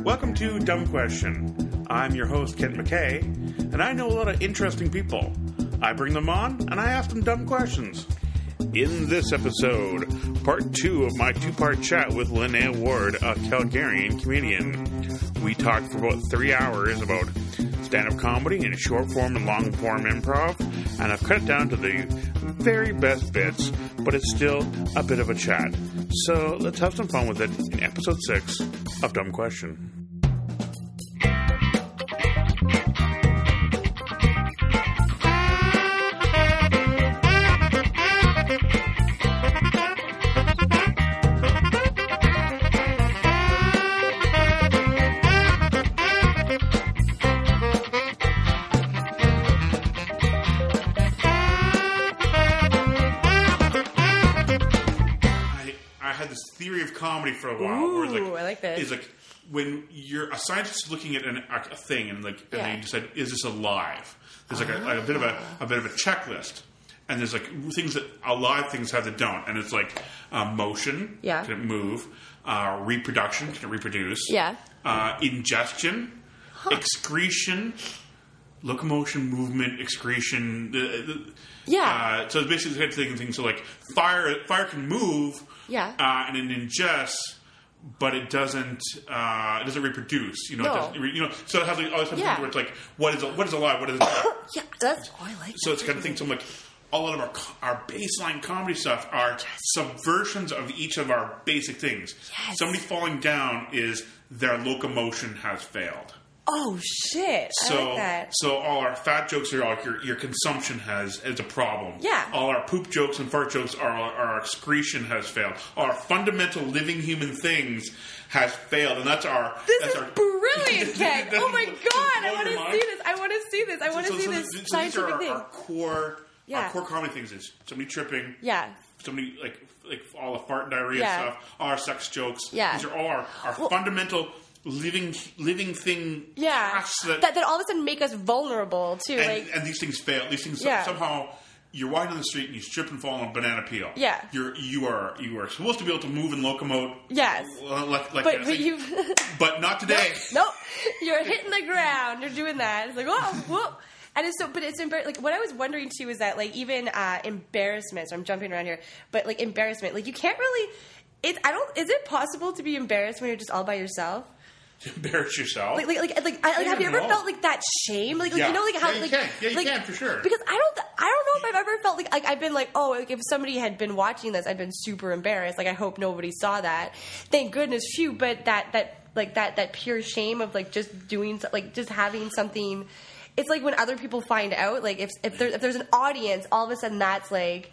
Welcome to Dumb Question. I'm your host, Kent McKay, and I know a lot of interesting people. I bring them on and I ask them dumb questions. In this episode, part two of my two part chat with Linnea Ward, a Calgarian comedian. We talked for about three hours about stand up comedy in short form and long form improv, and I've cut it down to the very best bits, but it's still a bit of a chat. So let's have some fun with it in episode six of Dumb Question. I, I had this theory of comedy for a while. where it's Ooh, like, I like this. Is like when you're a scientist looking at an, a thing and like, and Yeah. Ah. they decide, is this alive? There's like a, a bit of a, a bit of a checklist, and there's like things that alive things have that don't, and it's like uh, motion, Yeah. can it move? Uh, reproduction, can it reproduce? Yeah. Uh, ingestion, excretion, locomotion, movement, excretion. The, the, Yeah. Uh, so it's basically the type of thing. So like fire, fire can move. Yeah. Uh, and it ingests, but it doesn't. Uh, it doesn't reproduce. You know. No. It doesn't, you know. So it has like all this Yeah. where it's like, what is what is alive? What is not? Yeah, that's oh, I like. so it's kind of thing. So I'm like. A lot of our co- our baseline comedy stuff are subversions of each of our basic things. Yes. Somebody falling down is their locomotion has failed. Oh shit, I So, like that. so all our fat jokes are all your, your consumption has is a problem. Yeah. All our poop jokes and fart jokes are our excretion has failed. Our fundamental living human things has failed, and that's our. This that's is our, brilliant, Keck. Doesn't Oh my it blow god, I your want to mind? see this. I want to see this. I want to So- see so this th- th- these are scientific our, thing. our core. Yeah. Our core comedy things is somebody tripping. yeah. Somebody like like all the fart and diarrhea Yeah. stuff. All our sex jokes. Yeah. These are all our, our Well- fundamental living living thing. Yeah. tasks That, that all of a sudden make us vulnerable to and, like and these things fail. These things Yeah. somehow you're walking down the street and you strip and fall on a banana peel. Yeah. you're you are you are supposed to be able to move and locomote. Yes. well, like, like but that. but you But not today. Nope. You're hitting the ground. You're doing that. It's like, whoa, whoa. And it's so, but it's embar- like what I was wondering too is that like even uh, embarrassment. So I'm jumping around here, but like embarrassment, like you can't really. It, I don't. Is it possible to be embarrassed when you're just all by yourself? Embarrass yourself. Like, like, like, like, I, like Yeah, have you ever no. felt like that shame? Like, like Yeah. you know, like how, Yeah, you like, can. Yeah, you like- can, for sure. Because I don't, I don't know if I've ever felt like, like I've been like, oh, like, if somebody had been watching this, I'd been super embarrassed. Like, I hope nobody saw that. Thank goodness, phew. But that, that, like that, that pure shame of like just doing, so- like just having something. It's like when other people find out. Like, if if there, if there's an audience, all of a sudden that's like.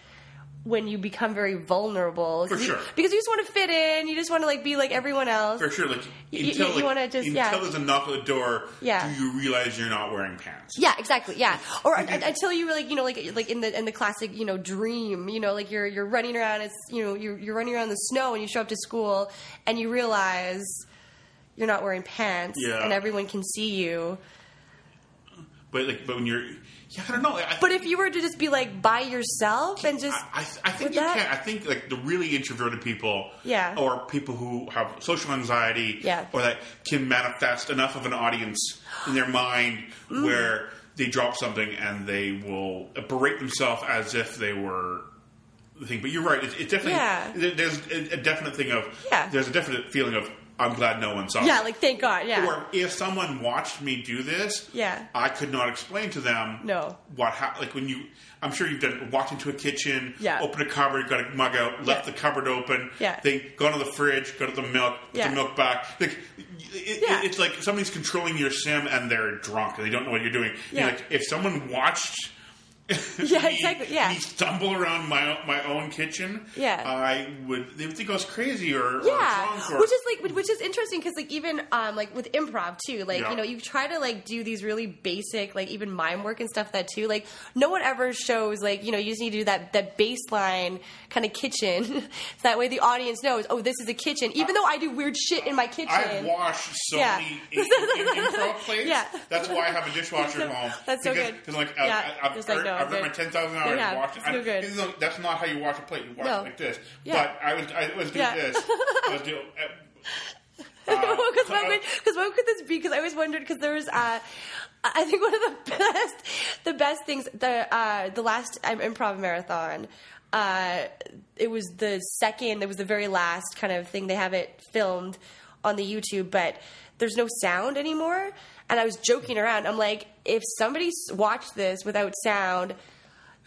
When you become very vulnerable, For You- sure. because you just want to fit in, you just want to like be like everyone else. for sure. Like you- until you like, wanna just- until yeah. there's a knock at the door. Yeah. Do you realize you're not wearing pants? Yeah, exactly. Yeah, or un- until you like, you know, like like in the in the classic, you know, dream. You know, like you're you're running around. It's you know you're you're running around in the snow, and you show up to school, and you realize you're not wearing pants, Yeah. and everyone can see you. But like, but when you're, yeah, I don't know. I, But if you were to just be like by yourself and just I, I, I think Would you that- can. I think like the really introverted people, Yeah. or people who have social anxiety, Yeah. or that can manifest enough of an audience in their mind where they drop something and they will berate themselves as if they were the thing. But you're right; it's it definitely Yeah. there- there's a a definite thing of Yeah. there's a definite feeling of I'm glad no one saw. yeah, it." like thank God, yeah, Or if someone watched me do this, Yeah. I could not explain to them No. what hap Like when you, I'm sure you've done walked into a kitchen, Yeah. opened a cupboard, got a mug out, left Yeah. the cupboard open, Yeah. then gone to the fridge, go to the milk, put Yeah. the milk back. Like it, it- Yeah. it's like somebody's controlling your sim and they're drunk and they don't know what you're doing. And Yeah. like if someone watched Yeah, exactly. Yeah. Me stumble around my my own kitchen. Yeah. I would. They would think I was crazy or, or drunk Yeah, or which is like which is interesting because like even um like with improv too, like Yeah. you know you try to like do these really basic like even mime work and stuff that too. Like no one ever shows like you know you just need to do that that baseline kind of kitchen so that way the audience knows oh this is a kitchen even though I do weird shit in my kitchen. I've washed so Yeah. many in- in- in- improv plates. Yeah. That's why I have a dishwasher at home. That's so because, good. Because like, Yeah. I, I, I've, Just like, earned, no, I've earned my good. ten thousand hours Yeah, washed. it's I, so good. even though that's not how you wash a plate. You wash No. it like this. Yeah. But I was I was doing Yeah. this. I was uh, doing. Because uh, what could this be? Because I always wondered. Because there was, uh, I- I think one of the best, the best things. The uh, the last um, improv marathon. Uh, it was the second. It was the very last kind of thing. They have it filmed on the YouTube, but there's no sound anymore. And I was joking around. I'm like, if somebody s- watched this without sound,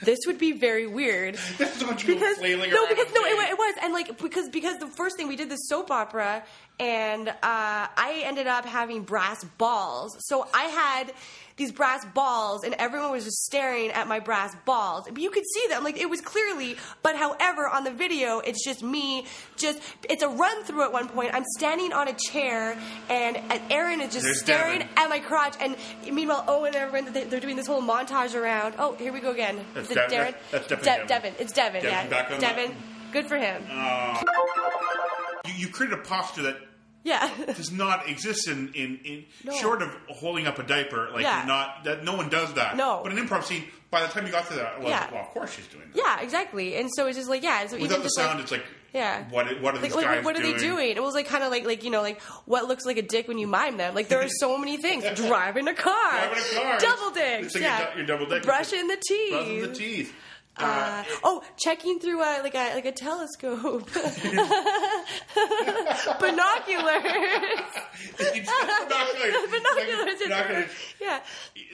this would be very weird This is what you were flailing no, around because and no, it, saying. wa- it was, and like because because the first thing we did this soap opera, and uh, I ended up having brass balls. So I had these brass balls, and everyone was just staring at my brass balls. But you could see them, like it was clearly. But however, on the video, it's just me. Just it's a run through at one point. I'm standing on a chair, and, and Aaron is just There's staring Devin. at my crotch. And meanwhile, Owen and everyone they- they're doing this whole montage around. Oh, here we go again. That's Is it Dev- Darren? that's definitely Dev- Devin. Devin. It's Devin. Devin's yeah, back on the- Uh, Devin. Good for him. you, you created a posture that yeah. does not exist in in, in No. short of holding up a diaper. Like Yeah. not that no one does that. No. But an improv scene. By the time you got to that, well, Yeah. well of course she's doing that. yeah, exactly. And so it's just like yeah. So even Without the just, sound, like, it's like yeah. What what are like, these like, guys what are they doing? It was like kind of like like you know like what looks like a dick when you mime them. Like there are so many things: driving a car, Driving a car. double dicks, It's like yeah, you're, dou- you're double dicking. brushing the teeth, Brushing the teeth. Uh, Uh, oh, checking through a like a like a telescope, binoculars, you just- binoculars. binoculars, in Binoculars. yeah.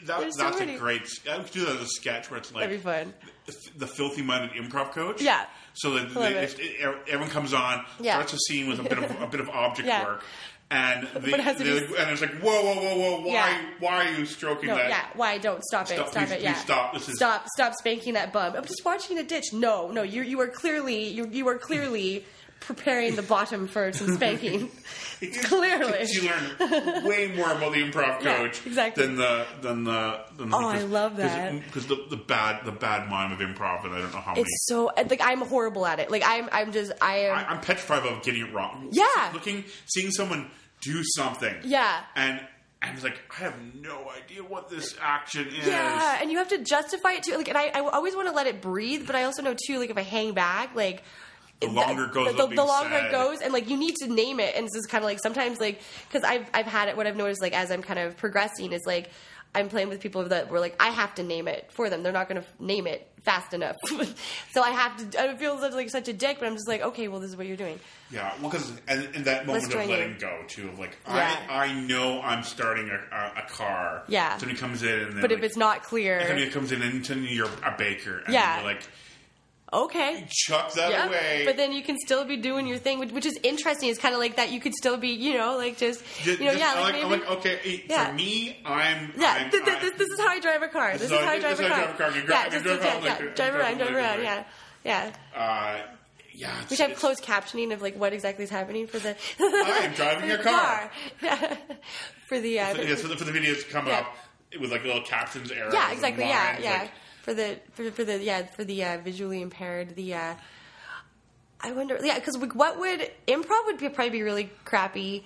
That, There's so that's many. a great. I could do that as a sketch where it's like That'd be fun. th- the filthy-minded improv coach. Yeah. So that Love they, it. it. everyone comes on, Yeah. starts a scene with a bit of a bit of object Yeah. work, and they, But it has to they're be- like- and it's like whoa, whoa, whoa, whoa! Why, Yeah. why are you stroking No, that? yeah. Why? Don't stop it. Stop, Stop, please, it. Yeah. please stop. This is- stop. Stop spanking that bum. I'm just watching a ditch. No, no. You you are clearly you you are clearly preparing the bottom for some spanking. clearly. she learned way more about the improv Yeah, coach exactly. than the than the than the. Oh, I love that. because the, the bad the bad mime of improv, and I don't know how many. It's so like I'm horrible at it. Like I'm I'm just I am. I, I'm petrified of getting it wrong. Yeah. looking, seeing someone do something. Yeah. and I was like, I have no idea what this action is. yeah, and you have to justify it too. Like, and I, I always want to let it breathe, but I also know too. Like, if I hang back, like The longer it goes the, without the being longer said. it goes, and like you need to name it. And this is kind of like sometimes like because I've I've had it. What I've noticed like as I'm kind of progressing is like I'm playing with people that were like I have to name it for them. They're not going to name it fast enough, so I have to. I feel such, like such a dick, but I'm just like okay, well this is what you're doing. Yeah, well, because and, and that moment join of you. letting go too, of like Yeah. I I know I'm starting a, a, a car. Yeah. somebody comes in, and But if it's not clear, somebody comes in, and suddenly you're a baker. And Yeah. you're like okay, chuck that Yeah, away. But then you can still be doing your thing, which, which is interesting. It's kind of like that. You could still be, you know, like just, Ju- you know, just- yeah, I like, like, I'm maybe. like, okay, eh, Yeah. for me, I'm yeah, I'm, th- th- I'm- this, this is how I drive a car. This is is how how I- I drive this a is how I car. drive a car. You Yeah, drive- just you drive yeah, around yeah, like- drive around, drive around. Yeah, yeah. uh, yeah. it's- We should have it's- closed captioning of like what exactly is happening for the. I am driving for a the car. Yeah. for the. Uh, Yeah, so the- for the videos to come Yeah. up with like little captions, errors. yeah, and exactly. Yeah, lines, yeah. like, for the for, for the yeah for the uh, visually impaired the. Uh, I wonder, yeah, because what would improv would be, probably be really crappy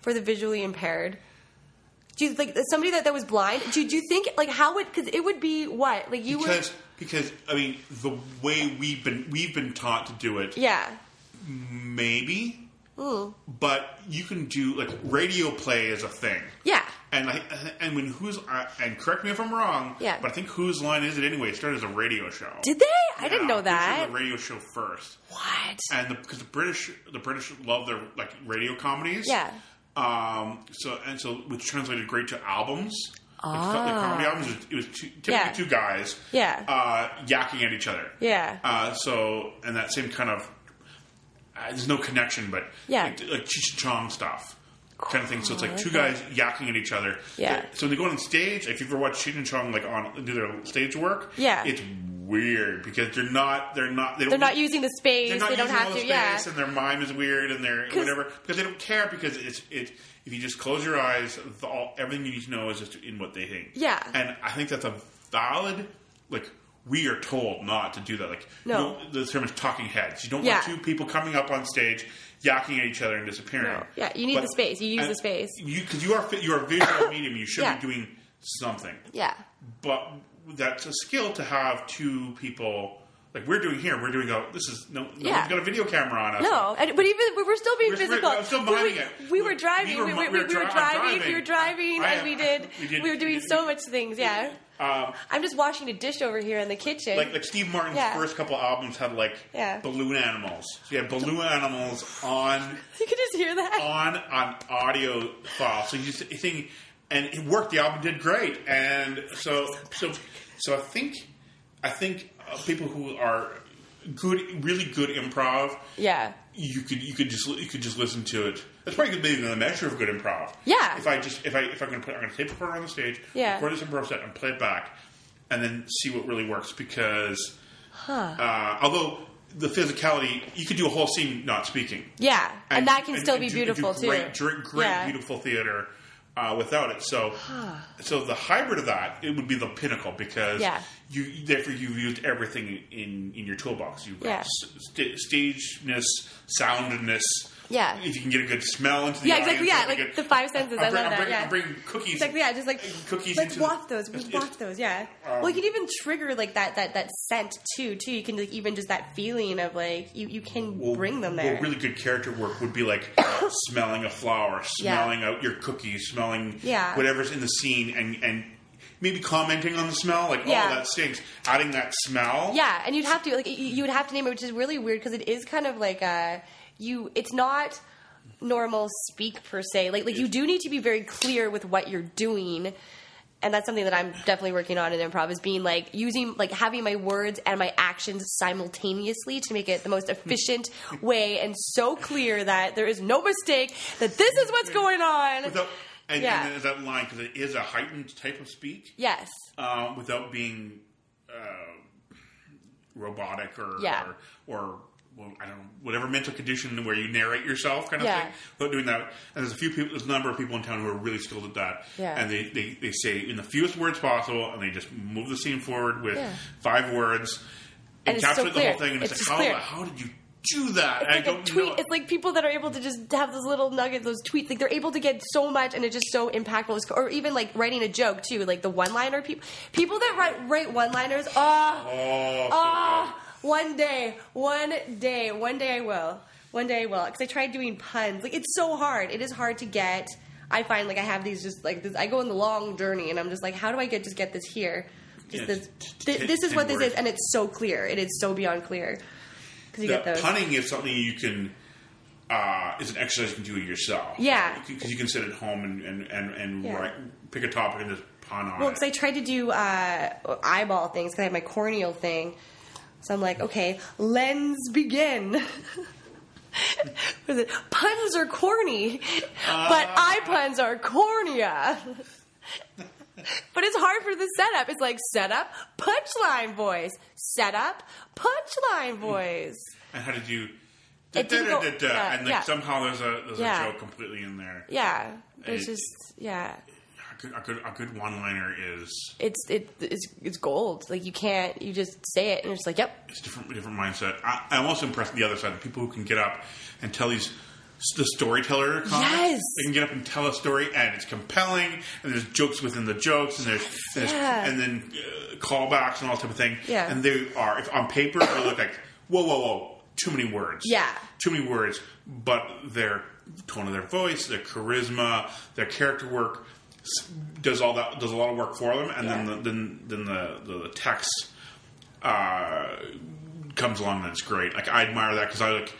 for the visually impaired. Do you like somebody that, that was blind? Do, you- do you think like how would because it would be what like you because would because I mean the way we've been we've been taught to do it, yeah maybe, Ooh. but you can do like radio play is a thing. yeah And I and when who's I- and correct me if I'm wrong. Yeah. But I think whose line is it anyway? It started as a radio show. did they I Yeah, didn't I'm know pretty sure it that was a radio show first. what and because the, British the British love their like radio comedies. Yeah. Um. So and so, which translated great to albums. Ah. Like, Ah. comedy albums. It was two, typically Yeah. two guys. Yeah. Uh, yakking at each other. Yeah. Uh, so and that same kind of uh, there's no connection, but Yeah. like, like Cheech and Chong stuff. kind of thing. So it's I like like two that. guys yakking at each other. Yeah. So they go on stage. If you've ever watched Cheech and Chong like on do their stage work, Yeah. it's weird because they're not they're not they They're don't, not using the space. they're not they don't using have all to. the yeah. space and their mime is weird and their 'Cause- whatever because they don't care because it's it if you just close your eyes the, all, everything you need to know is just in what they think Yeah. and I think that's a valid like we are told not to do that like you No. don't- the term is talking heads you don't Yeah. want two people coming up on stage yakking at each other and disappearing No. Yeah, you need the space. You use and the space. you because you are fi- you are a visual medium you should Yeah. be doing something yeah. but that's a skill to have two people like we're doing here. We're doing a this is no, no Yeah. we've got a video camera on us. No, and, but even we were still being We're- we're- physical. I'm still We were- miming it. we, We- were driving. we We, were- we- we we were were dri- driving. driving. We were driving, I- and we did, we did- We were we doing did- so much things. Yeah. Um, I'm just washing a dish over here in the kitchen. like like Steve Martin's Yeah. first couple albums had like Yeah. balloon animals. So you had balloon animals on you can just hear that. on on audio file. So you s- you think and it worked. The album did great. And so so so I think I think uh, people who are good, really good improv. yeah. you could you could just you could just listen to it. That's probably maybe the measure of good improv. Yeah. If I just if I if I'm gonna put I'm gonna tape recorder on the stage, Yeah. record this improv set and play it back, and then see what really works because, uh, although the physicality, you could do a whole scene not speaking, Yeah. And, that can still and be do- and do beautiful too. Great, dr- great Yeah. beautiful theater uh, without it. So, so the hybrid of that it would be the pinnacle because Yeah. you therefore you've used everything in in your toolbox. You've Yeah. got st- stageness, soundness. Yeah. if you can get a good smell into the Yeah, exactly, audience, yeah, you like get- the five senses, I'll I bring- love I'll that, bring- yeah. I'll bring cookies. Exactly, yeah, just like Cookies Let's into the- waft those. it's- Let's it's- waft those. Yeah. Um, well, you can even trigger like that that that scent too. Too, you can like even just that feeling of like you you can Well, bring them well, there. really good character work would be like smelling a flower, Yeah. smelling out your cookies, smelling Yeah. whatever's in the scene, and and maybe commenting on the smell, like Yeah. oh that stinks, adding that smell. Yeah, and you'd have to like you- you would have to name it, which is really weird because it is kind of like a you. It's not normal speak per se. Like like you do need to be very clear with what you're doing. And that's something that I'm definitely working on in improv is being like using like having my words and my actions simultaneously to make it the most efficient way and so clear that there is no mistake that this is what's going on. Without, and, Yeah. and there's that line because it is a heightened type of speak, yes. uh, without being uh, robotic or Yeah. or, or well, I don't know, whatever mental condition where you narrate yourself kind of Yeah. thing. Without doing that, and there's a few people, there's a number of people in town who are really skilled at that, Yeah. and they, they they say in the fewest words possible, and they just move the scene forward with Yeah. five words. And It it's so captured the clear. whole thing, and it's, It's just like, how, how clear. did you do that? I It's like a don't tweet. know. It's like people that are able to just have those little nuggets, those tweets. Like they're able to get so much, and it's just so impactful. It's- Or even like writing a joke too, like the one-liner people. People that write write one-liners. Ah, oh, so good. ah. One day, one day, one day I will. One day I will. Because I tried doing puns. Like it's so hard. It is hard to get. I find like I have these just like this. I go on the long journey, and I'm just like, how do I get just get this here? Just Yeah, this. just Th- ten- this is ten what this words. is, and it's so clear. It is so beyond clear. Because you that get those. punning is something you can uh, is an exercise you can do yourself. Yeah. because you can sit at home and and and, and Yeah. write, pick a topic and just pun on Well, it. because I tried to do uh, eyeball things because I had my corneal thing. So I'm like, okay, lens begin. Was it puns are corny, but eye puns are cornea. but it's hard for the setup. It's like setup, punchline voice, setup, punchline voice. and how to do da, da, It didn't da, da, go- da, yeah, and like yeah. somehow there's a there's Yeah. a joke completely in there. Yeah, there's It- just yeah. A good a good, a good one liner is It's it it's it's gold. Like you can't you just say it and it's like, yep, it's different different mindset. I, I'm also impressed with the other side, the people who can get up and tell these the storyteller comics. Yes. They can get up and tell a story, and it's compelling, and there's jokes within the jokes, and there's, there's Yeah. and then uh, callbacks and all type of thing. Yeah. And they are if on paper they look like whoa, whoa, whoa, too many words. Yeah. too many words. But their tone of their voice, their charisma, their character work s- does all that does a lot of work for them, and Yeah. then the, then then the the, the text uh, comes along and it's great. Like I admire that because I like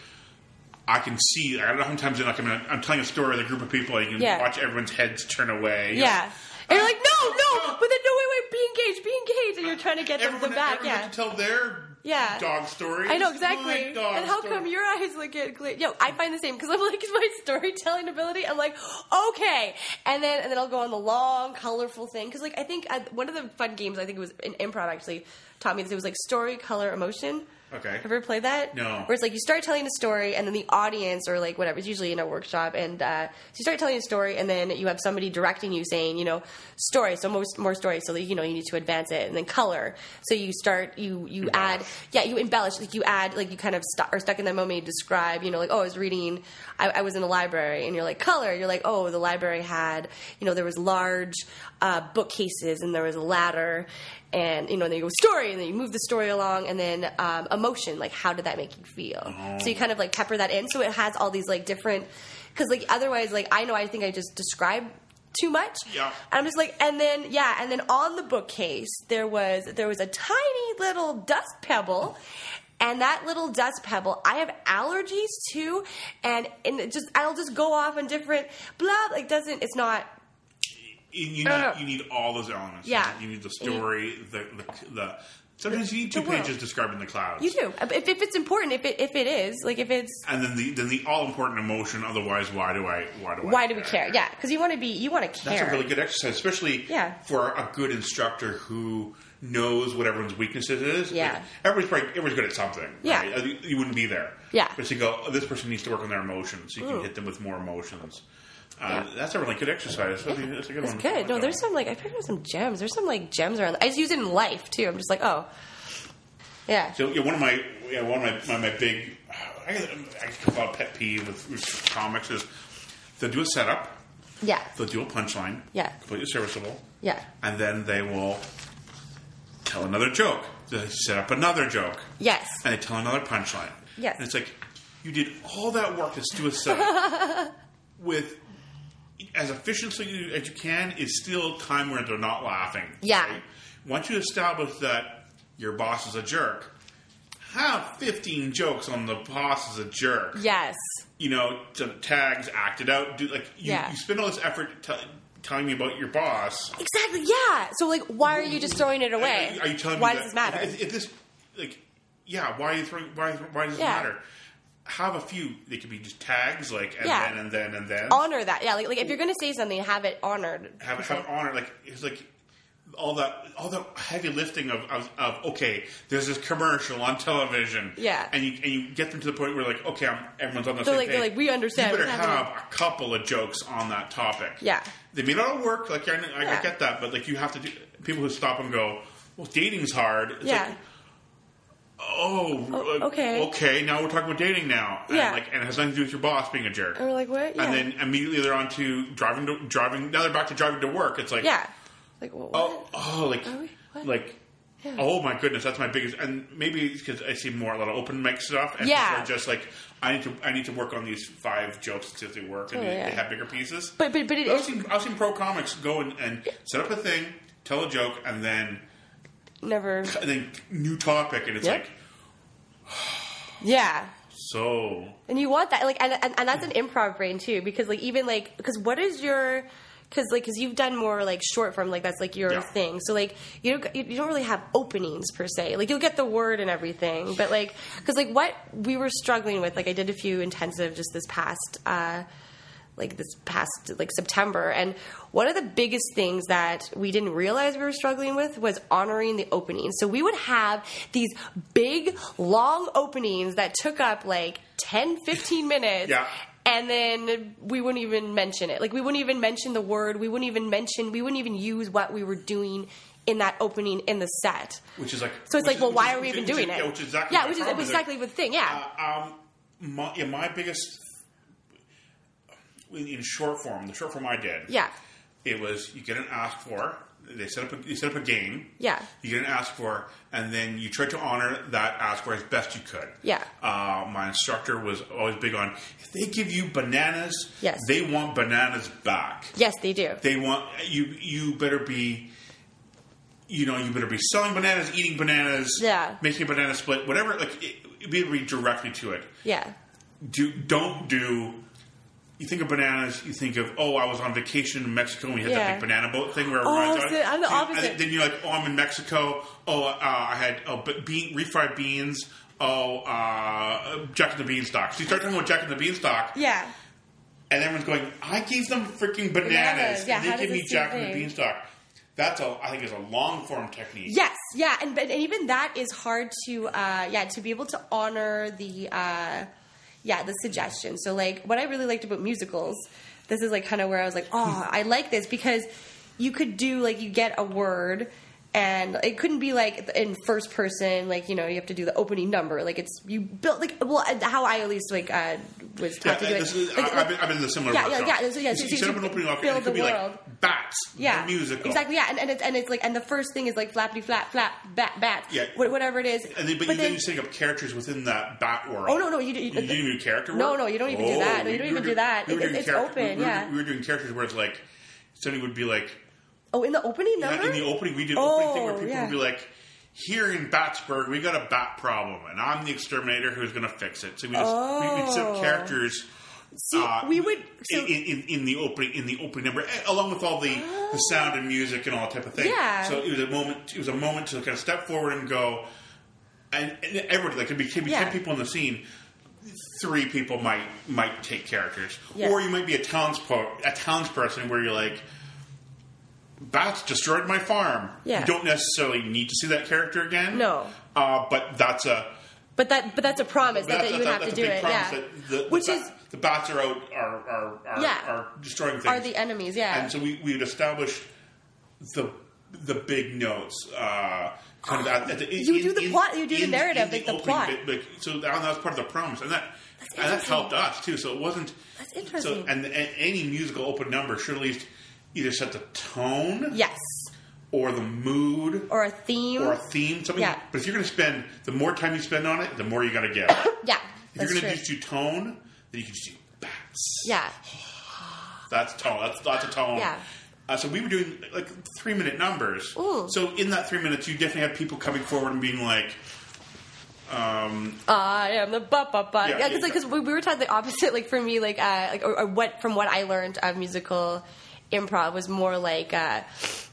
I can see. I don't know how many times like I'm, I'm telling a story with a group of people, and you can Yeah. watch everyone's heads turn away. You Yeah. know, And you're like, no, no, but then no, wait, wait, be engaged, be engaged, and you're trying to get them, everyone, them back. everyone Yeah. has to tell their Yeah. dog stories. I know exactly. My dog And how story. come your eyes look at gla- yo? I find the same because I'm like my storytelling ability. I'm like okay, and then and then I'll go on the long, colorful thing because like I think I, one of the fun games I think it was in improv actually taught me this. It was like story, color, emotion. Okay. Have you ever played that? No. Where it's like you start telling a story and then the audience or like whatever. It's usually in a workshop and uh, so you start telling a story and then you have somebody directing you saying you know story so most more story so that you know you need to advance it and then color so you start you you add yeah you embellish like you add like you kind of stu are stuck in that moment you describe you know like oh I was reading I, I was in a library and you're like color you're like oh the library had you know there was large uh, bookcases and there was a ladder and you know, and then you go story, and then you move the story along, and then um, emotion, like how did that make you feel? So you kind of like pepper that in, so it has all these like different, because like otherwise, like I know I think I just describe too much. Yeah. And I'm just like, and then yeah, and then on the bookcase there was there was a tiny little dust pebble. And that little dust pebble, I have allergies too, and and it just I'll just go off on different blah. Like doesn't it's not you, you, No, need, no. you need all those elements. Yeah. You need the story, the, the, the sometimes you need The two world. pages describing the clouds. you do if, if it's important if it if it is like if it's And then the then the all important emotion. Otherwise, why do I why do I why do we care? Yeah, because you want to be, you want to care. That's a really good exercise, especially Yeah. for a good instructor who knows what everyone's weaknesses is. Yeah. Like, everybody's probably, everybody's good at something. Yeah. right? Uh, You, you wouldn't be there. Yeah. But you go, oh, this person needs to work on their emotions. So you can hit them with more emotions. Uh, Yeah. That's a really good exercise. That's, a, that's a good It's one. good. No, there's some like I picked up some gems. There's some like gems around. I just use it in life too. I'm just like, oh, yeah, So yeah, one of my yeah, one of my my, my big I guess um, I guess call it a pet peeve with, with comics is they'll do a setup, yeah, they'll do a punchline, Yeah. completely serviceable, yeah, and then they will tell another joke. They set up another joke, yes, and they tell another punchline. Yes. and it's like you did all that work to do a setup with as efficiently as you can is still time where they're not laughing. Yeah. Once you establish that your boss is a jerk, have 15 jokes on the boss is a jerk. yes, You know, to tags, act it out. Do like you, Yeah. you spend all this effort t- telling me about your boss. exactly. Yeah. So like, why are you just throwing it Are away? you, are you telling me why that- does this matter? If, if this, like, yeah, why are you throwing? Why? Why does Yeah. it matter? Have a few. They could be just tags, like, and Yeah. then and then and then. Honor that. Yeah. Like, like if you're gonna say something, have it honored. have have it honor like it's like all that all the heavy lifting of, of, of okay there's this commercial on television Yeah. and you and you get them to the point where like okay I'm, everyone's on the They're same like- they're page. like, we understand you better what's have happening. a couple of jokes on that topic Yeah. they may not all work like I, I, Yeah. I get that but like you have to do people who stop and go well dating's hard it's Yeah. like, oh like, okay. okay now we're talking about dating now and Yeah. like and it has nothing to do with your boss being a jerk And we're like, what? Yeah. and then immediately they're on to driving to driving. Now they're back to driving to work. It's like, yeah. Like, well, what? oh, oh, like, Are we- what? like, Yeah. oh my goodness, that's my biggest. And maybe because I see more a lot of open mic stuff, and Yeah. people are just like, I need to, I need to work on these five jokes to see if they work, and Totally, they, yeah. they have bigger pieces. but but but it I've is seen, I've seen pro comics go and, and set up a thing, tell a joke, and then never. and then new topic, and it's Yep. like Yeah. so. And you want that, like, and, and, and that's an improv brain too, because like even like, because what is your, because like, because you've done more like short form, like that's like your Yeah. thing. So like, you don't you you don't really have openings per se. Like you'll get the word and everything, but like, because like what we were struggling with, like I did a few intensive just this past. uh like this past like September and one of the biggest things that we didn't realize we were struggling with was honoring the opening. So we would have these big long openings that took up like 10 15 minutes Yeah. and then we wouldn't even mention it. Like we wouldn't even mention the word, we wouldn't even mention we wouldn't even use what we were doing in that opening in the set. Which is like So which it's like, is- well, which why is- are we which even is- doing yeah, it? Which is exactly yeah, my which is problem, is like- exactly the thing. Yeah, um, my, yeah, my biggest in in short form, the short form I did, yeah, it was you get an ask for. They set up a, you set up a game. Yeah. You get an ask for, and then you try to honor that ask for as best you could. Yeah. Uh, my instructor was always big on if they give you bananas, Yes. they want bananas back yes, they do. they want you you better be you know you better be selling bananas eating bananas Yeah. making a banana split whatever like it, it be directly to it yeah, do don't do you think of bananas, you think of oh, I was on vacation in Mexico and we had Yeah. that big banana boat thing where Oh, everyone's on so it. I'm the So you- opposite. and then you're like, oh, I'm in Mexico. Oh, uh, I had uh, be- bean, refried beans. Oh, uh, Jack and the Beanstalk. So you start talking about Jack and the Beanstalk, Yeah. and everyone's going, I gave them freaking bananas, Bananas, yeah, and they how does give me this Jack seem and the vague? Beanstalk. That's a, I think, is a long form technique. Yes, yeah, and, but- and even that is hard to uh, yeah to be able to honor the uh, yeah the suggestion. So like what I really liked about musicals, this is like kind of where I was like, oh, I like this because you could do like you get a word. And it couldn't be like in first person, like you know, you have to do the opening number. Like it's you built like well, how I at least like uh, was Yeah, taught to do. Like, this is, like- I, I've, been, I've been in a similar Yeah, yeah, workshop. yeah, so, yeah, You so- see- so you set you up an opening walk, and build it could be the world. like bats, yeah, the musical, Exactly. Yeah, and, and it's and it's like and the first thing is like flappity flap flap bat bat. Yeah. wh- whatever it is. And then, but, you, then you setting up characters within that bat world. Oh, no, no, you do- you didn't even do character. No, work? Oh, no, you don't even do that. No, we- you don't we even were do doing- that. we were It- doing it's character- open, we were- yeah. we were doing characters where it's like somebody would be like oh, in the opening in number. the opening we did opening thing where Oh, people yeah. would be like. Here in Batsburg, we got a bat problem, and I'm the exterminator who's going to fix it. So we just we, we'd set up Oh. characters. See, we would- so- uh, in, in, in the opening in the opening number, eh, along with all the, the sound and music and all that type of thing. Oh. Yeah. So it was a moment. It was a moment to kind of step forward and go, and, and everybody like could be, could be Yeah. ten people in the scene. Three people might might take characters, Yeah. or you might be a townspo a townsperson where you're like, bats destroyed my farm. Yeah. You don't necessarily need to see that character again. No. Uh, but that's a but that but that's a promise that, that you would have to do it. Yeah. that the, the Which ba- is the bats are out are are are, Yeah. are destroying things. are the enemies. Yeah. And so we we would establish the the big notes. Uh, kind of at, at the, You do the plot, you do the narrative, like the opening plot. Bit, like, so that, that was part of the promise, and that That's and that interesting. helped us too. So it wasn't That's interesting. So, and, and any musical open number should at least either set the tone, yes. or the mood. Or a theme. or a theme, something. Yeah. But if you're going to spend the more time you spend on it, the more you're going to get. if yeah. you're That's going true. to just do tone, then you can just do bats. yeah. That's tone. That's lots of tone. Yeah. Uh, so we were doing like three minute numbers. Ooh. So in that three minutes, you definitely have people coming forward and being like, I am the ba ba ba. Yeah, Yeah, yeah, because because we, we were taught the opposite. Like for me, like uh, like or, or what from what I learned of musical improv was more like. Uh,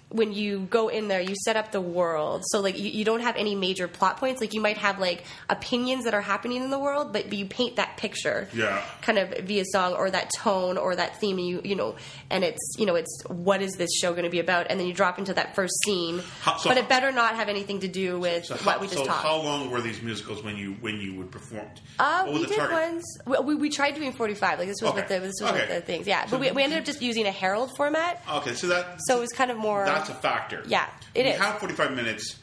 when you go in there, you set up the world. So like you, you don't have any major plot points. Like you might have like opinions that are happening in the world, but, but you paint that picture. Yeah. Kind of via song or that tone or that theme and you you know and it's you know, it's what is this show gonna be about? And then you drop into that first scene. How- so- but it better not have anything to do with so what how, we just so talked. how long were these musicals when you when you would perform? Uh, What was we the did target? ones. We, we, we tried doing 45. Like this was Okay. with the, this was Okay. with the things. Yeah, So but we, we ended up just using a herald format, Okay, so that so it was kind of more. that's a factor. Yeah, it you is. have forty five minutes.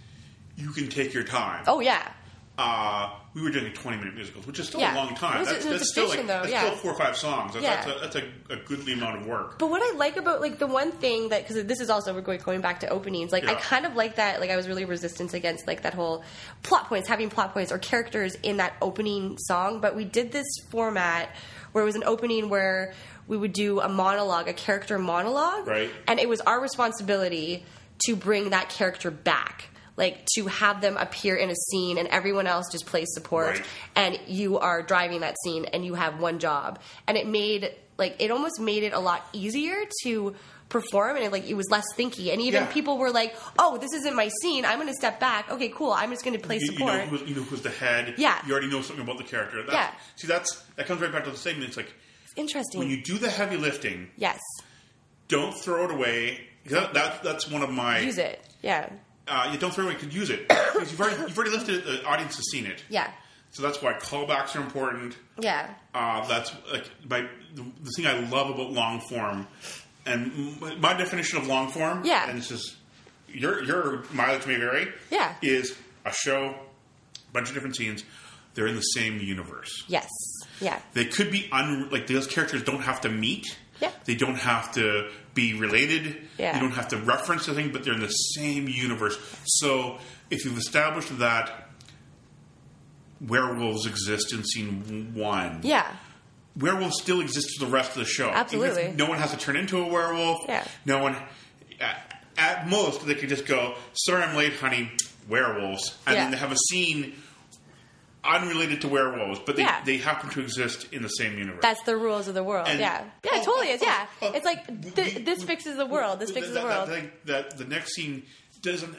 You can take your time. oh yeah, uh, we were doing a 20 minute musicals, which is still Yeah. a long time. It was- that's it was that's still like efficient, though, that's yeah. still four or five songs. That's, Yeah. that's, a, that's a, a goodly amount of work. But what I like about like the one thing that because this is also we're going going back to openings. Like I Yeah. kind of like that. Like I was really resistant against like that whole plot points having plot points or characters in that opening song. But we did this format where it was an opening where we would do a monologue, a character monologue, Right. And it was our responsibility to bring that character back. Like to have them appear in a scene and everyone else just plays support Right. and you are driving that scene and you have one job and it made like it almost made it a lot easier to perform and it, like it was less thinky and even Yeah. people were like oh this isn't my scene i'm gonna step back okay cool i'm just gonna play You, you know support who's, you know who's the head. Yeah. You already know something about the character. That's, Yeah. See, that's that comes right back to the statement. It's like interesting when you do the heavy lifting, yes don't throw it away. 'Cause That, that, that's one of my. use it yeah Uh, you don't throw it away. You could use it because you've already you've already lifted it. The audience has seen it. yeah So that's why callbacks are important. yeah Uh, that's like my the, the thing I love about long form, and my, my definition of long form. Yeah. and this is your your mileage may vary. Yeah. is a show, bunch of different scenes. They're in the same universe. yes yeah They could be un like those characters don't have to meet. Yeah. they don't have to be related. Yeah. you don't have to reference the thing, but they're in the same universe. So if you've established that werewolves exist in scene one, yeah werewolves still exist for the rest of the show. Even if Absolutely. no one has to turn into a werewolf. Yeah. No one. At, at most, they could just go, "Sorry, I'm late, honey." Werewolves, and Yeah. then they have a scene unrelated to werewolves, but they, Yeah. they happen to exist in the same universe. That's the rules of the world. And- yeah. Yeah, it oh, totally oh, is. Yeah. oh, oh. It's like th- We- this fixes the world. This that- fixes that, the world. That, thing- that the next scene doesn't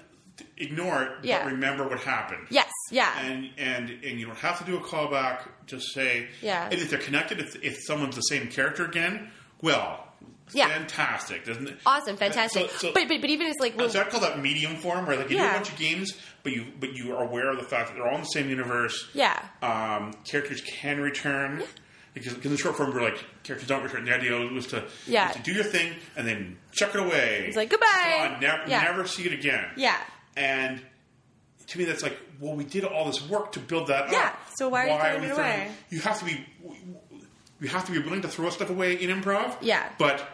ignore it, Yeah. but remember what happened. Yes. Yeah. And, and and you don't have to do a callback. Just say, Yeah. And if they're connected, if, if someone's the same character again, well, Yeah. fantastic, doesn't it? Awesome. Fantastic. So- so- but, but but even it's like So I call that medium form, where like you do Yeah. a bunch of games, but you but you are aware of the fact that they're all in the same universe. yeah. Um, characters can return because because in the short form we're like characters don't return. The idea was to Yeah. was to do your thing and then chuck it away. It's like, goodbye. Gone, nev- Yeah. Never see it again. Yeah. And to me, that's like, well, we did all this work to build that Yeah, up. so why are you throwing we it throwing- away? You have to be you have to be willing to throw stuff away in improv. Yeah. but.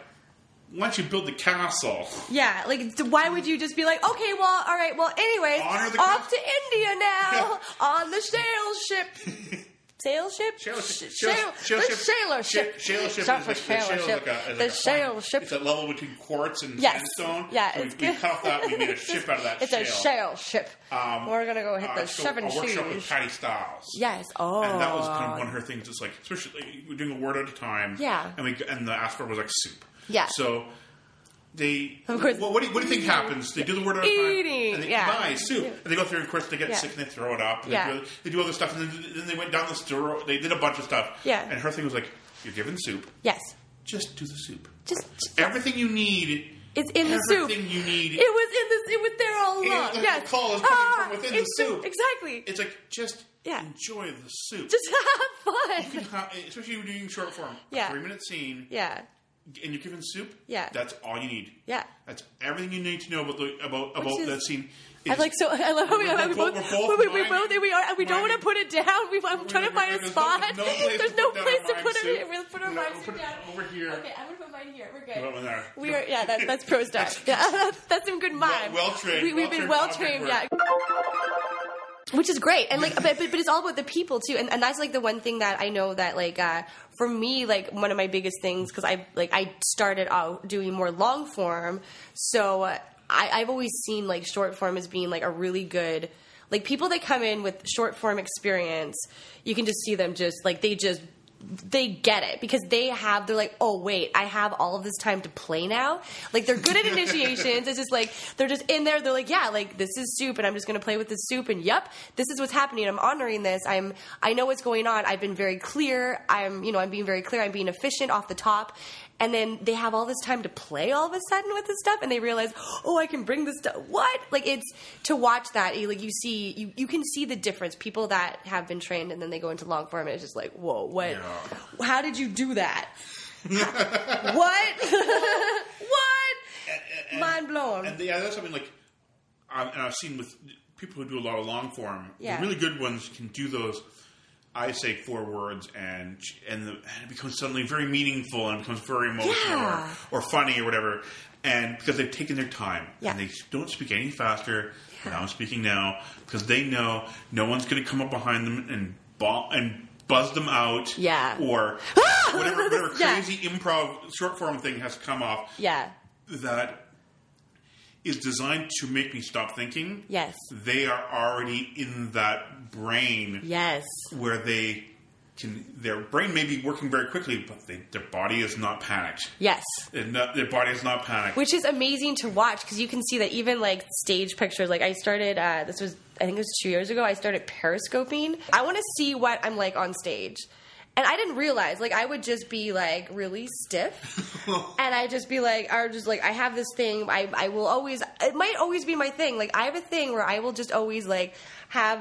Once you build the castle, Yeah, like th- why would you just be like, okay, well, all right, well, anyways, Honor the cus- off to India now on the sail ship. Sail ship? Shale Sh- ship. Sail shale the sailor ship. Shale ship. Stop is for like- the sailor shale is like ship. a- is The like a fine- sail ship. It's that level between quartz and Yes. sandstone. Yeah, So we, it's we good. cut off that. We made a ship out of that It's shale. a sail ship. Um, We're gonna go hit uh, the so seven A workshop shoes. with Patty Styles. Yes. Oh. And that was kind of one of her things. It's like, especially like, we're doing a word at a time. Yeah. And we and the ask for was like soup. Yeah. So they. Of course. Well, what, do you, what do you think happens? They do the word at a time. Eating, And they yeah. buy soup. And they go through, and of course, they get Yeah. sick and they throw it up. And Yeah. They, do, they do other stuff. And then, then they went down the store. They did a bunch of stuff. Yeah. And her thing was like, you're given soup. yes. Just do the soup. Just, just Everything you need. it's in the soup. Everything you need. It was in this. It was there all It- along. the yes. call is coming Ah, from within the it's soup. Exactly. it's like, just Yeah. enjoy the soup. just have You fun. can ha- especially when you're doing short form. Yeah. Three minute scene. Yeah. and you're given soup, Yeah. that's all you need. Yeah. That's everything you need to know about the, about about is- that scene. I Is- like so. I love how we, We're we both, both- we we're both we, we miming- both we are. We don't want to miming. put it down. We, I'm trying to find a There's no- spot. there's no place There's to no put down place to our put soup. it. We'll put our No, minds we'll put it down over here. Okay, I'm gonna put mine here. We're good. Put one there. We are. Yeah, that, that's pro star. Yeah, that's some good mime. well-trained, We, we've been well-trained well trained. Yeah. object Which is great, and like, but, but but it's all about the people too, and and that's like the one thing that I know that like uh, for me, like one of my biggest things because I like I started out doing more long form, so uh, I, I've always seen like short form as being like a really good. Like people that come in with short form experience, you can just see them just like they just they get it because they have they're like oh wait i have all of this time to play now like they're good at initiations it's just like they're just in there they're like yeah like this is soup and i'm just going to play with this soup and yep this is what's happening i'm honoring this i'm i know what's going on i've been very clear i'm you know i'm being very clear i'm being efficient off the top and then they have all this time to play all of a sudden with this stuff and they realize oh i can bring this stuff what like it's to watch that you like you see you, you can see the difference people that have been trained and then they go into long form and it's just like whoa what Yeah. how did you do that what what mind blown And the, yeah, that's something like, um, and I've seen with people who do a lot of long form. the Yeah. really good ones can do those. I say four words, and and, the, and it becomes suddenly very meaningful, and it becomes very emotional Yeah. or, or funny or whatever. And because they've taken their time, Yeah. and they don't speak any faster than I'm speaking now, because they know no one's going to come up behind them and bomb and buzz them out, Yeah. Ah! or whatever, whatever Yeah. crazy improv short form thing has come off yeah that is designed to make me stop thinking. yes They are already in that brain yes where they can their brain may be working very quickly, but they, their body is not panicked. yes They're not- their body is not panicked. which is amazing to watch because you can see that even like stage pictures like i started uh, this was i think it was two years ago i started periscoping i want to see what i'm like on stage and i didn't realize like i would just be like really stiff and i just be like or just like i have this thing I, I will always it might always be my thing like i have a thing where i will just always like have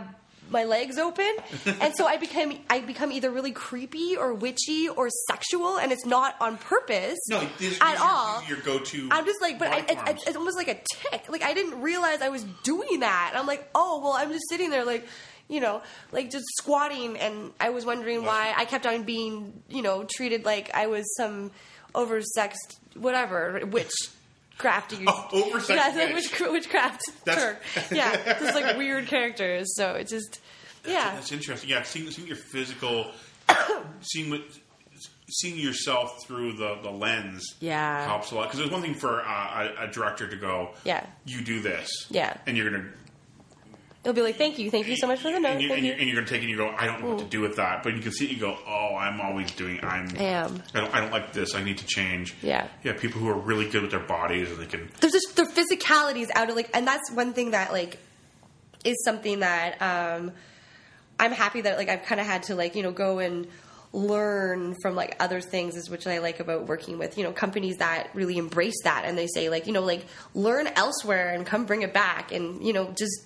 my legs open and so i become i become either really creepy or witchy or sexual and it's not on purpose no, these, at these are all your go-to. I'm just like, but I, body it's, forms. it's, it's almost like a tick. Like I didn't realize I was doing that. And I'm like, oh well, I'm just sitting there like, you know, like just squatting. And I was wondering why I kept on being, you know, treated like I was some oversexed whatever witch. Crafty, Oh, oversexed yeah, like witch. witch- witchcraft That's- Turk, yeah, just like weird characters. So it's just, yeah, That's interesting. Yeah, seeing, seeing your physical, seeing what, seeing yourself through the, the lens, Yeah. helps a lot. Because there's one thing for uh, a, a director to go, Yeah. you do this, Yeah. and you're gonna It'll be like, thank you, thank you so much for the note. And, you, thank and, you, you. and you're going to take it and you go, I don't know what to do with that. But you can see it, you go, oh, I'm always doing, I'm, I am. I don't, I don't like this. I need to change. Yeah. Yeah, people who are really good with their bodies and they can, There's just their physicality is out of like, and that's one thing that like is something that um, I'm happy that like I've kind of had to like you know go and learn from like other things is which I like about working with you know companies that really embrace that and they say like you know like learn elsewhere and come bring it back and you know just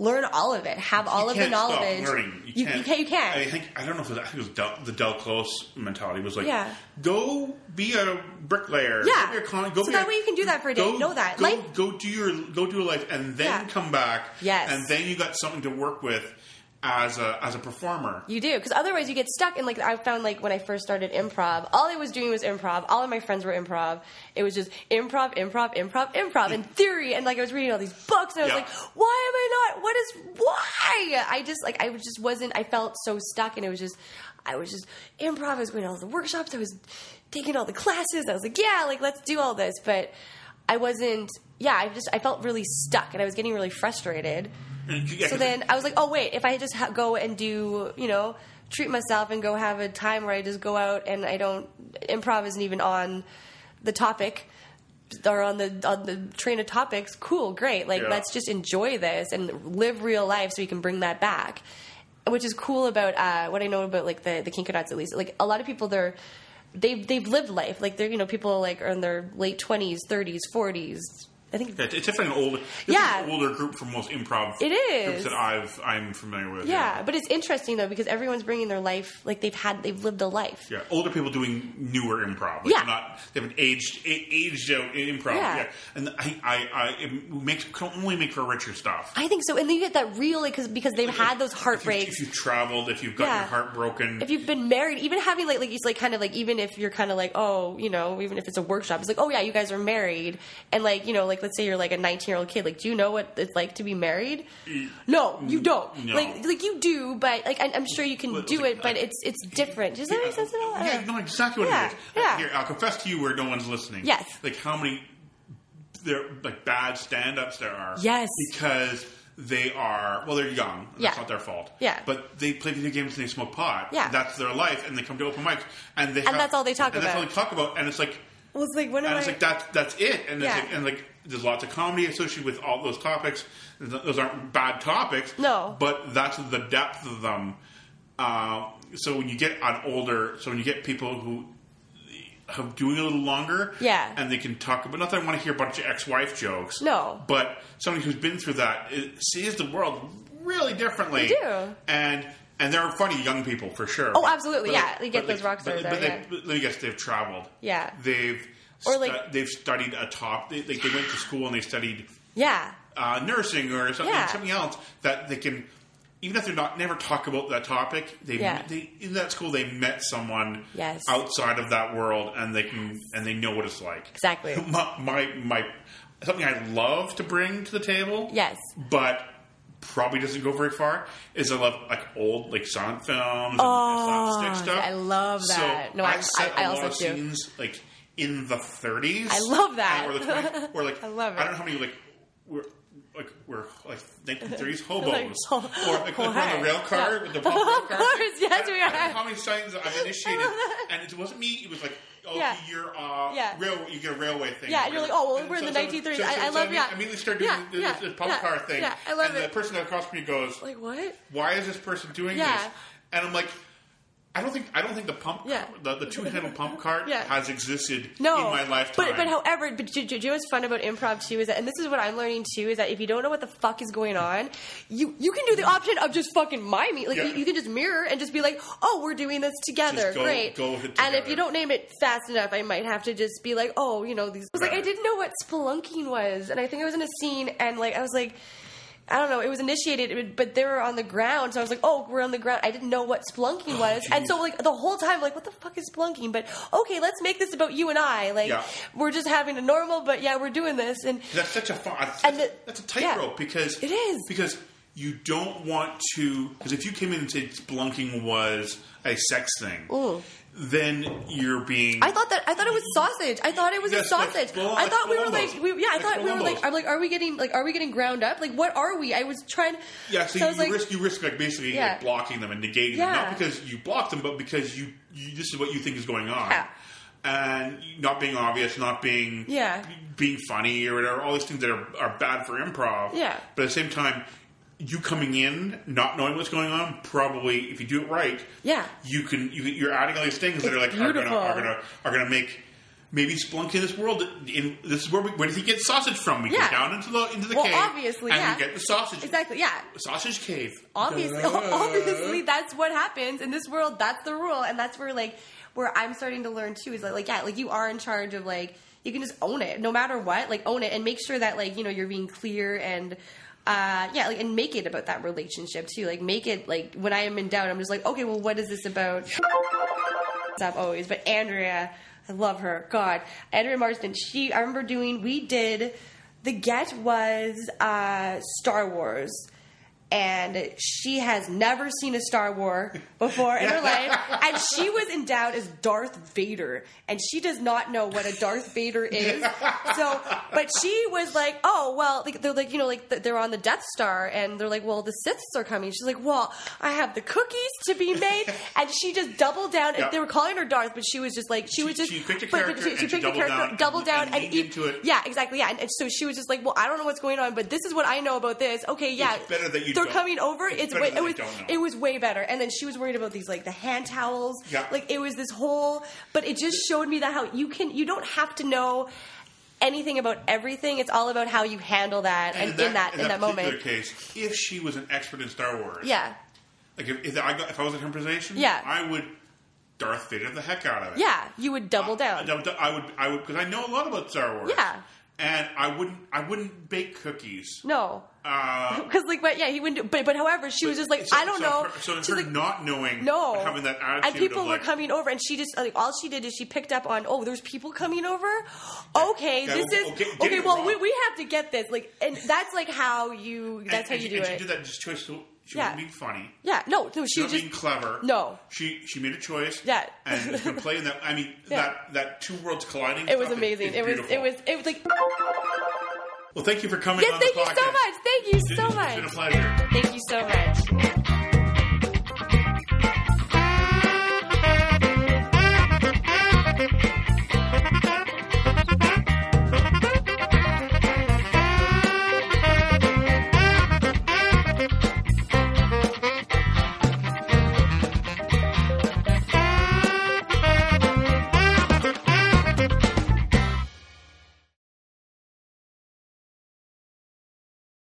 learn all of it have all of the can't stop knowledge learning. You, you, can't, you can you can I think, I don't know if it was, I think it was Del, the Del Close mentality was like, Yeah. go be a bricklayer. Yeah. Go be a con- go So be that a- way you can do that for a day. Go, Know that. Go, Life- go do your, go do a life and then Yeah. come back. Yes. And then you got something to work with as a, as a performer. You do because otherwise you get stuck. And like I found, like when I first started improv, all I was doing was improv. All of my friends were improv. It was just improv, improv, improv, improv, and theory. And like I was reading all these books, and I was Yeah. like, why am I not? What is why? I just like I was just wasn't. I felt so stuck, and it was just I was just improv. I was going to all the workshops. I was taking all the classes. I was like, yeah, like let's do all this, but I wasn't. Yeah, I just I felt really stuck, and I was getting really frustrated. And you- yeah, So 'cause- then I was like, oh wait, if I just ha- go and do, you know, treat myself and go have a time where I just go out and I don't improv isn't even on the topic or on the on the train of topics. Cool, great. Like Yeah. let's just enjoy this and live real life so we can bring that back. Which is cool about uh, what I know about like the the Kinkanauts at least. Like a lot of people they're they've they've lived life. Like they're you know people like are in their late twenties, thirties, forties. I think Yeah, it's definitely an older, Yeah. an older group from most improv. It is. groups that I've I'm familiar with. Yeah, but it's interesting though because everyone's bringing their life like they've had they've lived a life. yeah, older people doing newer improv. Like Yeah. they're not they haven't aged a- aged out in improv. Yeah. and I I, I it makes can only make for richer stuff. I think so, and then you get that real like, cause, because they've had those If, heartbreaks. you, if you traveled, if you've got Yeah. your heart broken, if you've been married, even having like like it's like kind of like even if you're kind of like oh you know even if it's a workshop, it's like oh yeah you guys are married, and like you know like let's say you're like a 19 year old kid, like do you know what it's like to be married? No, you don't. no. Like like you do, but like I, I'm sure you can Well, do like, it, but I- it's it's different. Does that make sense at all? Uh, I Yeah, don't know. no, exactly what Yeah, it is. Uh, yeah. Here, I'll confess to you where no one's listening. Yes. Like how many there like bad stand ups there are. Yes. Because they are well, they're young. and That's Yeah. not their fault. Yeah. But they play video games and they smoke pot. Yeah. That's their life and they come to open mics and they And that's all they talk and That's all about. they talk about. And it's like Well, it's like when am and it's I? like that's that's it. And it's Yeah. like and like there's lots of comedy associated with all those topics. Th- Those aren't bad topics. No. but that's the depth of them. Uh, so when you get on older, so when you get people who have doing a little longer, Yeah. and they can talk about. Not that I want to hear a bunch of ex-wife jokes, No. But somebody who's been through that it sees the world really differently. They do. and. And they're funny young people for sure. Oh, absolutely, But, like, yeah. They get but, those like, rock stars But, but there, they- yeah. but let me guess, they've traveled. Yeah. They've Or, stu- like- they've studied a top. They, like, they went to school and they studied yeah. uh, nursing or something, Yeah. something else that they can. Even if they're not never talk about that topic, they, Yeah. they in that school they met someone Yes. outside of that world, and they can and they know what it's like. Exactly. My, my my something I love to bring to the table. Yes. but probably doesn't go very far. Is I love like old like silent films. Oh, and slapstick stuff. I love that. So No, I- I, set I- I a lot also of do. scenes like in the 30s. I love that. And Or the 20s, or like I love I it. don't know how many like we're like we're like 1930s hobos Like, or like, like we're on why? the rail car Yeah. with the bump rail Of car. course, yes, I- we I don't know are. how many signs I've initiated, and it wasn't me. It was like. Oh, Yeah. you're uh, Yeah. rail. You get a railway thing. Yeah, and you're like, oh, well, we're in the so- 1930s. so- I- so- I so love- imme- yeah. Immediately start doing Yeah, the, yeah, the pump yeah, car thing. yeah, I love and the it. person across from me goes, Like what? why is this person doing Yeah. this? And I'm like, I don't think I don't think the pump Yeah. the, the two handle pump cart Yeah. has existed No, in my lifetime. But but however, but do, do, do you know what's fun about improv too is that, and this is what I'm learning too is that if you don't know what the fuck is going on, you you can do the option of just fucking miming. Like Yeah. you, you can just mirror and just be like, oh, we're doing this together, Just go- great. go with it And if together. you don't name it fast enough, I might have to just be like, oh, you know, these. I was like, I Right. didn't know what spelunking was, and I think I was in a scene, and like I was like. I don't know. It was initiated, but they were on the ground, so I was like, "Oh, we're on the ground." I didn't know what Oh, spelunking was, and so like the whole time, like, "What the fuck is spelunking?" But okay, let's make this about you and I. Like, Yeah. we're just having a normal, but yeah, we're doing this, and that's such a fun. That's, And the- that's a tightrope yeah. because It is. because you don't want to because if you came in and said splunking was a sex thing, Ooh. then you're being I thought that I thought it was sausage. I thought it was a Yes, like sausage. Colum- I thought we were Columbus. like we, yeah. I Like thought we were Columbus. like I'm like are we getting like are we getting ground up? Like what are we? I was trying. yeah. So, I you, was like risk you risk like basically like, Yeah. blocking them and negating them, Yeah. not because you block them, but because you, you this is what you think is going on, Yeah. and not being obvious, not being Yeah. being funny or whatever. All these things that are are bad for improv. Yeah. But at the same time, you coming in not knowing what's going on probably if you do it right, yeah. you can you, you're adding all these things that It's are like are gonna, beautiful. are gonna are gonna make maybe Splunk in this world. In this is where we where does he get sausage from? We Yeah. go down into the into the Well, cave, obviously, and yeah. we get the sausage Exactly. Yeah. sausage cave. Obviously, Da-da-da. obviously, that's what happens in this world. That's the rule, and that's where like where I'm starting to learn too is like, like yeah, like you are in charge of like you can just own it no matter what, like own it and make sure that like you know you're being clear and. Uh, yeah, like, and make it about that relationship too. Like, make it like when I am in doubt, I'm just like, okay, well, what is this about? up always. But Andrea, I love her. God, Andrea Marsden. She, I remember doing. We did. The get was uh, Star Wars, and she has never seen a Star War before in her life, and she was endowed as Darth Vader, and she does not know what a Darth Vader is. So, but she was like, "Oh well," like, they're like, you know, like th- they're on the Death Star, and they're like, "Well, the Siths are coming." She's like, "Well, I have the cookies to be made," and she just doubled down. Yeah. They were calling her Darth, but she was just like, she, was just she picked a but- but character and she picked a doubled down doubled down, and and, leaned ev- into it. yeah, exactly. Yeah, and, and so she was just like, "Well, I don't know what's going on, but this is what I know about this." Okay, yeah, It's better that you they're don't. coming over. It's, better way, that it they was don't know. it was way better. And then she was worried about these like the hand towels. Yeah. like it was this whole. But it just showed me that how you can you don't have to know anything about everything. It's all about how you handle that and, in that in particular that, moment. case, if she was an expert in Star Wars, Yeah, like if, if I got, if I was in her position, Yeah. I would Darth Vader the heck out of it. yeah, you would double down. I, I would, I would, because I know a lot about Star Wars. Yeah. and I wouldn't, I wouldn't bake cookies. no. Uh, Because like, but yeah, he wouldn't. Do, but but however, she was just like, so- I don't so know. Her, so She's her like, not knowing, No, having that attitude, and people of were like, coming over, and she just like all she did is she picked up on oh, there's people coming over. Okay, Yeah, this well, is well, get- get okay. it Well, wrong. we, we have to get this like, and that's like how you. That's and, how and she, you do and it. She did that just choice. To, she Yeah. wasn't being funny. Yeah, no, no, She she wasn't just being clever. No. she she made a choice. Yeah. and has been playing that. I mean, Yeah. that that two worlds colliding. it was stuff is- amazing. is It was beautiful. it was it was like Well, thank you for coming. yes, on thank the you so podcast. much, thank you so It's been a much, pleasure. thank you so much.